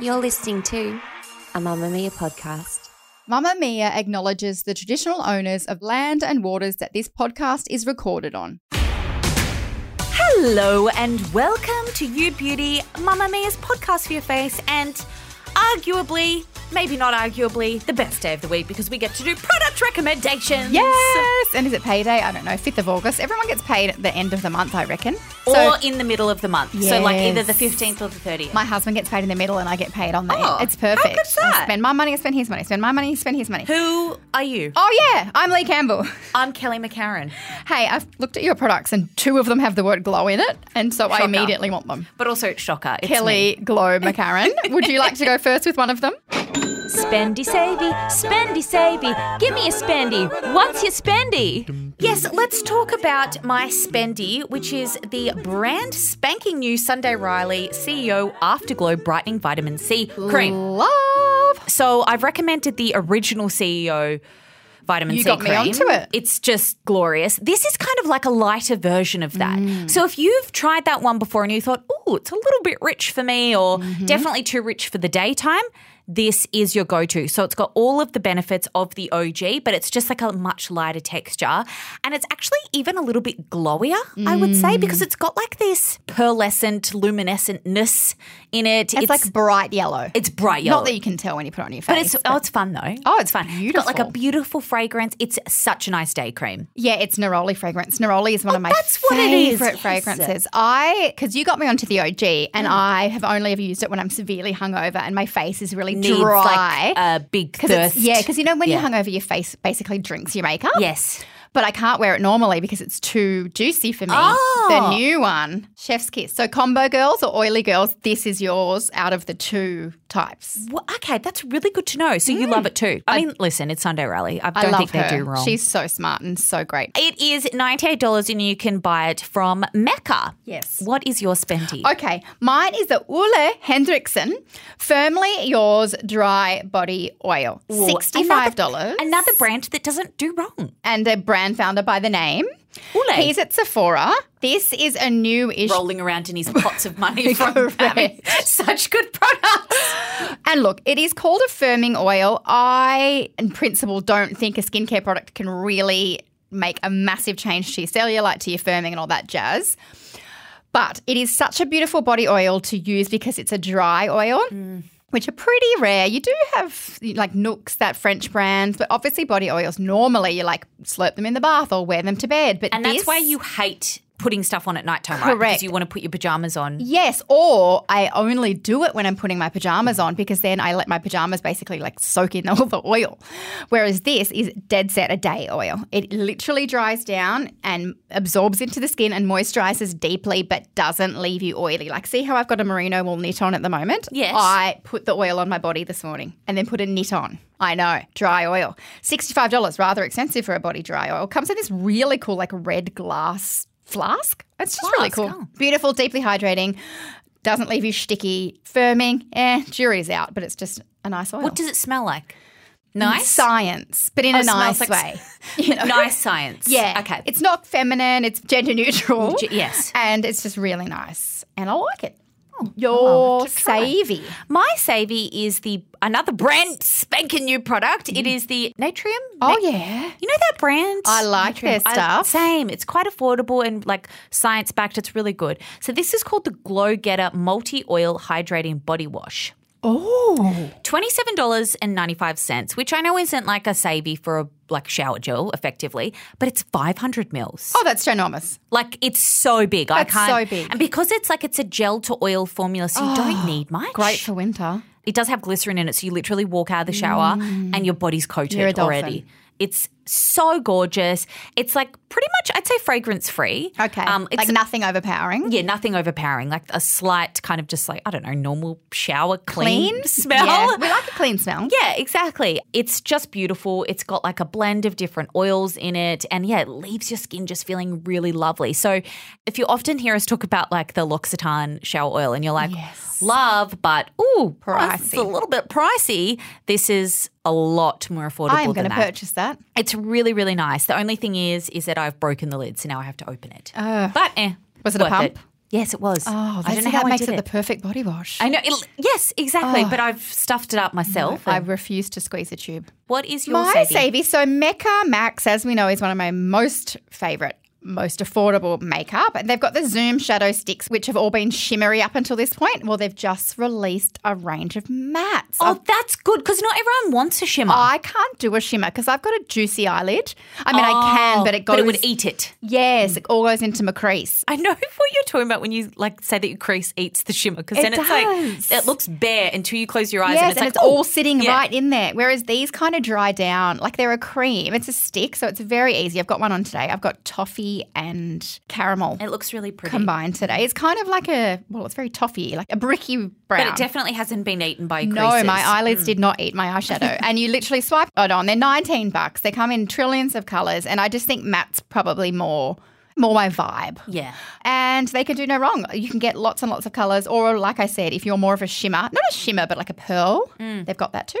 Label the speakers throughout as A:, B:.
A: You're listening to a Mamma Mia podcast.
B: Mamma Mia acknowledges the traditional owners of land and waters that this podcast is recorded on.
C: Hello and welcome to You Beauty, Mamma Mia's podcast for your face, and arguably, maybe not arguably, the best day of the week because we get to do product recommendations.
B: Yes! And is it payday? I don't know, 5th of August. Everyone gets paid at the end of the month, I reckon.
C: Or
B: So
C: in the middle of the month. So, like either the
B: Yes.
C: 15th or the 30th.
B: my husband gets paid in the middle and I get paid on the
C: Oh,
B: end. It's perfect.
C: how good's that?
B: I spend my money, I spend his money, spend my money, spend his money.
C: Who are you?
B: Oh, yeah, I'm Lee Campbell.
C: I'm Kelly McCarran.
B: Hey, I've looked at your products and two of them have the word glow in it, and so I
C: Shocker.
B: immediately want them.
C: But also, it's shocker. It's
B: Kelly Glow McCarran, would you like to go first with one of them?
D: Spendy savey, spendy savey, give me a spendy. What's your spendy?
C: me. Yes, let's talk about my spendy, which is the brand spanking new Sunday Riley CEO Afterglow Brightening Vitamin C cream.
B: Love.
C: So I've recommended the original CEO vitamin
B: You
C: C
B: got me
C: cream.
B: onto it.
C: It's just glorious. This is kind of like a lighter version of that.
B: Mm.
C: So if you've tried that one before and you thought, "Oh, it's a little bit rich for me," or
B: Mm-hmm.
C: "Definitely too rich for the daytime." This is your go to. So it's got all of the benefits of the OG, but it's just like a much lighter texture. And it's actually even a little bit glowier, I would say,
B: Mm.
C: because it's got like this pearlescent luminescentness in it.
B: It's, like bright yellow.
C: it's bright yellow.
B: Not that you can tell when you put it on your face.
C: But it's oh, it's fun though.
B: Oh, it's
C: fun. It's got like a beautiful fragrance. It's such a nice day cream.
B: Yeah, it's Neroli fragrance. Neroli is one of my
C: Oh, that's what it is.
B: favorite
C: Yes. Mm.
B: fragrances. I because you got me onto the OG, and I have only ever used it when I'm severely hungover and my face is really
C: Needs
B: dry.
C: like a big
B: 'Cause it's-
C: thirst.
B: yeah, because you know when
C: Yeah.
B: you're hungover, your face basically drinks your makeup.
C: yes.
B: but I can't wear it normally because it's too juicy for me.
C: Oh.
B: The new one, Chef's Kiss. So combo girls or oily girls, this is yours out of the two types.
C: Well, okay, that's really good to know. So you love it too. Mm. I, mean, listen, it's Sunday Rally. I
B: I
C: don't
B: love
C: think
B: her.
C: they do wrong.
B: She's so smart and so great.
C: it is $98 and you can buy it from Mecca.
B: Yes.
C: What is your spendy?
B: Okay, mine is the Ole Hendrickson Firmly Yours Dry Body Oil. $65.
C: Another, another brand that doesn't do wrong.
B: and a brand founder by the name.
C: Ole.
B: He's at Sephora. This is a new issue.
C: rolling around in his pots of money from having such good products.
B: And look, it is called a firming oil. I, in principle, don't think a skincare product can really make a massive change to your cellulite, to your firming, and all that jazz. But it is such a beautiful body oil to use because it's a dry oil.
C: Mm.
B: Which are pretty rare. You do have like Nooks, that French brand, but obviously body oils. Normally, you like slurp them in the bath or wear them to bed. But
C: And that's
B: this-
C: why you hate putting stuff on at nighttime, right?
B: Correct.
C: Because you want to put your pajamas on.
B: Yes, or I only do it when I'm putting my pajamas on because then I let my pajamas basically like soak in all the oil. Whereas this is dead set a day oil. It literally dries down and absorbs into the skin and moisturizes deeply but doesn't leave you oily. Like see how I've got a merino wool knit on at the moment?
C: Yes.
B: I put the oil on my body this morning and then put a knit on. I know, dry oil. $65, rather expensive for a body dry oil. Comes in this really cool like red glass flask. It's just really cool.
C: Flask, oh.
B: Beautiful, deeply hydrating, doesn't leave you sticky, firming. Eh, jury's out, but it's just a nice oil.
C: What does it smell like? Nice?
B: Science, but in
C: Oh,
B: a nice
C: smells like-
B: way. You know?
C: nice science.
B: Yeah.
C: Okay.
B: It's not feminine, it's gender neutral.
C: Ge- yes. Oh,
B: And it's just really nice. And I like it.
C: I'll
B: Your
C: have to try.
B: savvy.
C: My savvy is the another brand spanking new product. It is the Natrium.
B: Mm-hmm. Oh, yeah.
C: You know that brand?
B: I like their
C: I-
B: stuff.
C: same. It's quite affordable and like science backed. It's really good. So this is called the Glow Getter Multi Oil Hydrating Body Wash. Oh. $27.95, which I know isn't like a savvy for a like shower gel effectively, but it's 500 mils.
B: Oh, that's ginormous.
C: Like it's so big.
B: That's
C: I can't
B: so big. Oh,
C: And because it's like it's a gel to oil formula, so you don't need much.
B: Great for winter.
C: It does have glycerin in it, so you literally walk out of the shower and your body's coated
B: Mm. You're a dolphin.
C: already. It's so gorgeous. It's like pretty much, I'd say fragrance free.
B: Okay.
C: Um, it's
B: like nothing overpowering.
C: yeah, nothing overpowering. Like a slight kind of just like I don't know, normal shower clean,
B: Clean
C: smell.
B: Yeah, we like a clean smell.
C: Yeah, exactly. It's just beautiful. It's got like a blend of different oils in it. And yeah, it leaves your skin just feeling really lovely. So if you often hear us talk about like the L'Occitane shower oil and you're like, love, but ooh, It's a
B: Pricey.
C: little bit pricey. This is a lot more affordable
B: I am
C: than
B: going to
C: that.
B: purchase that.
C: It's really, really nice. The only thing is, is that I've broken the lid, so now I have to open it. but eh,
B: Was it a
C: worth
B: pump?
C: Yes, it was.
B: Oh,
C: I don't know
B: that
C: how I
B: makes
C: did
B: it
C: it.
B: the perfect body wash.
C: I know. It, yes, exactly. But I've stuffed it up myself.
B: I
C: And
B: refuse to squeeze a tube.
C: what is your
B: My
C: saving?
B: Savy. So Mecca Max, as we know, is one of my most favorite, most affordable makeup. And they've got the Zoom Shadow Sticks, which have all been shimmery up until this point. Well, they've just released a range of mattes. I've-
C: Oh, that's good because not everyone wants a shimmer.
B: I can't do a shimmer because I've got a juicy eyelid. I mean, I can, Oh, but it goes.
C: Oh, But it would eat it.
B: Yes, it all goes into my crease.
C: I know what you're talking about when you like say that your crease eats the shimmer because
B: It
C: then it's
B: does.
C: like it looks bare until you close your eyes
B: yes,
C: and it's like oh,
B: all sitting
C: yeah.
B: right in there. Whereas these kind of dry down, like they're a cream. It's a stick, so it's very easy. I've got one on today. I've got toffee and caramel.
C: oh, It looks really pretty,
B: combined today. It's kind of like a well, it's very toffee, like a bricky
C: but
B: brown.
C: it definitely Mm. hasn't been eaten by your
B: no,
C: creases.
B: my eyelids did not eat my eyeshadow. and you literally swipe it on. They're 19 bucks. They come in trillions of colors. And I just think matte's probably more more my vibe.
C: Yeah.
B: And they can do no wrong. You can get lots and lots of colors. Or like I said, if you're more of a shimmer, not a shimmer, but like a pearl,
C: Mm.
B: they've got that too.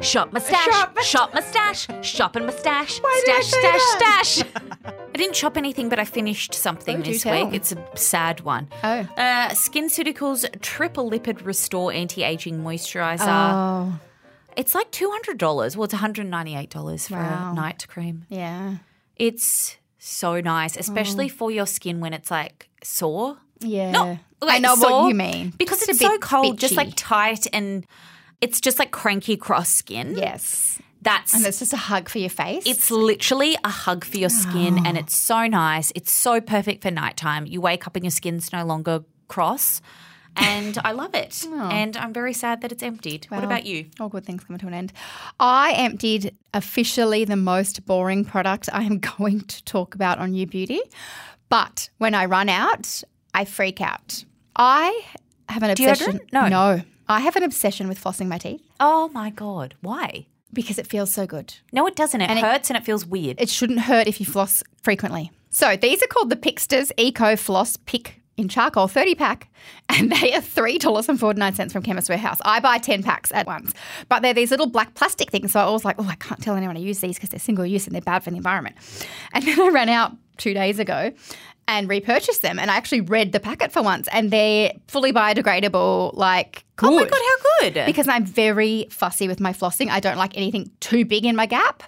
C: Shop mustache, shop, mustache, shop and mustache, stash, stash, stash. I didn't shop anything, but I finished something
B: Oh, do
C: this
B: tell.
C: week. It's a sad one.
B: Oh.
C: Uh, SkinCeuticals Triple Lipid Restore Anti Aging Moisturizer.
B: Oh,
C: It's like two hundred dollars. Well, it's one hundred ninety eight dollars for
B: Wow.
C: a night cream.
B: yeah.
C: It's so nice, especially for your skin when it's like sore.
B: Oh. Yeah.
C: Not
B: I
C: like,
B: know
C: sore,
B: what you mean.
C: because
B: Just a
C: it's so
B: bit
C: cold, just
B: bitchy.
C: like tight and it's just like cranky cross skin.
B: Yes.
C: that's
B: And it's just a hug for your face.
C: it's literally a hug for your skin
B: Oh.
C: and it's so nice. It's so perfect for nighttime. You wake up and your skin's no longer cross. And I love it.
B: Oh.
C: And I'm very sad that it's emptied. What about you?
B: All good things come to an end. I emptied officially the most boring product I am going to talk about on You Beauty, but when I run out, I freak out. I have an obsession.
C: Deodorant? No.
B: no, I have an obsession with flossing my teeth
C: Oh my God. Why?
B: because it feels so good.
C: No, it doesn't. It
B: And it-
C: hurts and it feels weird.
B: It shouldn't hurt if you floss frequently. So these are called the Picksters Eco Floss Pick in charcoal 30 pack and they are $3.49 from chemist warehouse i buy 10 packs at once but they're these little black plastic things so i was like oh i can't tell anyone to use these because they're single use and they're bad for the environment and then i ran out two days ago and repurchased them and i actually read the packet for once and they're fully biodegradable like
C: Oh my
B: good.
C: God, how good.
B: because I'm very fussy with my flossing. I don't like anything too big in my gap,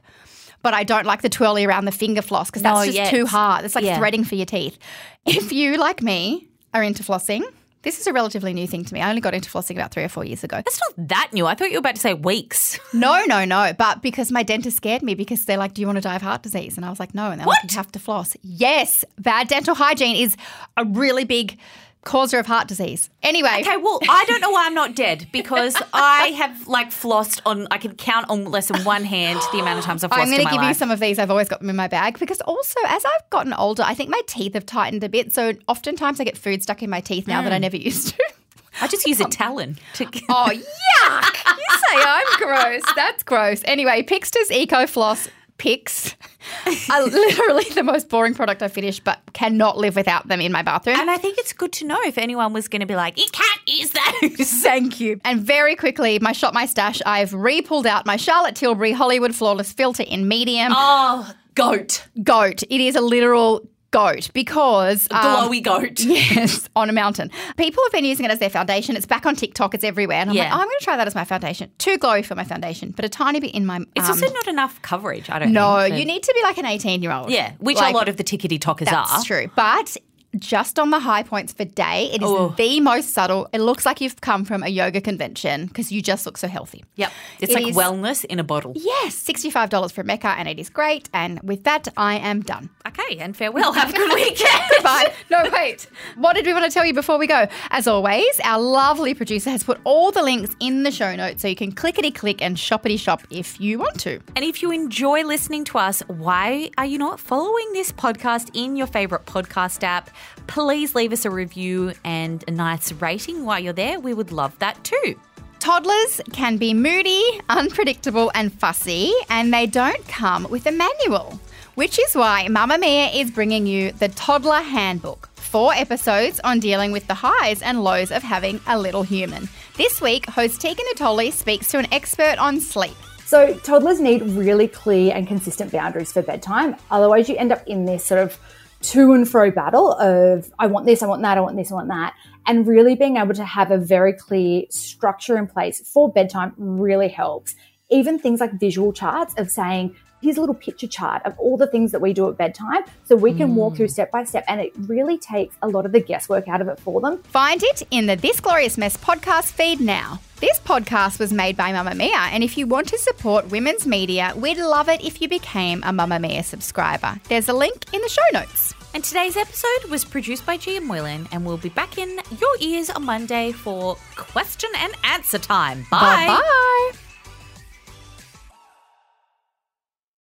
B: but I don't like the twirly around the finger floss because that's
C: No,
B: just
C: yeah,
B: too
C: it's-
B: hard. It's like
C: yeah.
B: threading for your teeth. If you, like me, are into flossing, this is a relatively new thing to me. I only got into flossing about three or four years ago.
C: That's not that new. I thought you were about to say weeks.
B: No, no, no. But because my dentist scared me because they're like, Do you want to die of heart disease? And I was like, No. And they're like, You have to floss. Yes, bad dental hygiene is a really big causer of heart disease. Anyway.
C: Okay, well, I don't know why I'm not dead because I have like flossed on. I can count on less than one hand the amount of times I've flossed
B: I'm going
C: in
B: to
C: my
B: give you
C: life.
B: some of these. I've always got them in my bag because also as I've gotten older, I think my teeth have tightened a bit. So oftentimes I get food stuck in my teeth now that I never used to.
C: I just use a talon to.
B: Mm. Oh yuck! you say I'm gross. That's gross. Anyway, Pixter's Eco Floss picks are literally the most boring product I finished, but cannot live without them in my bathroom.
C: And I think it's good to know if anyone was going to be like, you can't use those.
B: Thank you. And very quickly, my shop, my stash. I've re-pulled out my Charlotte Tilbury Hollywood Flawless Filter in medium.
C: oh, Goat.
B: Goat. It is a literal goat because um,
C: Glowy goat.
B: Yes, on a mountain. People have been using it as their foundation. It's back on TikTok. It's everywhere. And I'm
C: Yeah.
B: like, oh, I'm going to try that as my foundation. Too glowy for my foundation, but a tiny bit in my.
C: It's
B: um,
C: also not enough coverage, I don't
B: no,
C: think.
B: you need to be like an 18 year old.
C: Yeah, which
B: Like,
C: a lot of the tickety tockers are.
B: That's true. But just on the high points for day, it is
C: Oh.
B: the most subtle. It looks like you've come from a yoga convention because you just look so healthy.
C: Yep. It's
B: It
C: like
B: is-
C: wellness in a bottle.
B: Yes, $65 for Mecca, and it is great. And with that, I am done.
C: Okay, and farewell. Have a good weekend.
B: Goodbye. No, wait. What did we want to tell you before we go? As always, our lovely producer has put all the links in the show notes so you can clickety click and shoppity shop if you want to.
C: And if you enjoy listening to us, why are you not following this podcast in your favorite podcast app? Please leave us a review and a nice rating while you're there. We would love that too.
B: Toddlers can be moody, unpredictable, and fussy, and they don't come with a manual, which is why Mamma Mia is bringing you the Toddler Handbook. Four episodes on dealing with the highs and lows of having a little human. This week, host Tegan Natoli speaks to an expert on sleep.
E: So toddlers need really clear and consistent boundaries for bedtime. Otherwise, you end up in this sort of to and fro battle of I want this, I want that, I want this, I want that. And really being able to have a very clear structure in place for bedtime really helps. Even things like visual charts of saying, here's a little picture chart of all the things that we do at bedtime. So we can walk through step by step. And it really takes a lot of the guesswork out of it for them.
B: Find it in the This Glorious Mess podcast feed now. This podcast was made by Mamma Mia, and if you want to support women's media, we'd love it if you became a Mamma Mia subscriber. There's a link in the show notes.
C: And today's episode was produced by Gia Moylan, and we'll be back in your ears on Monday for question and answer time. Bye.
B: Bye.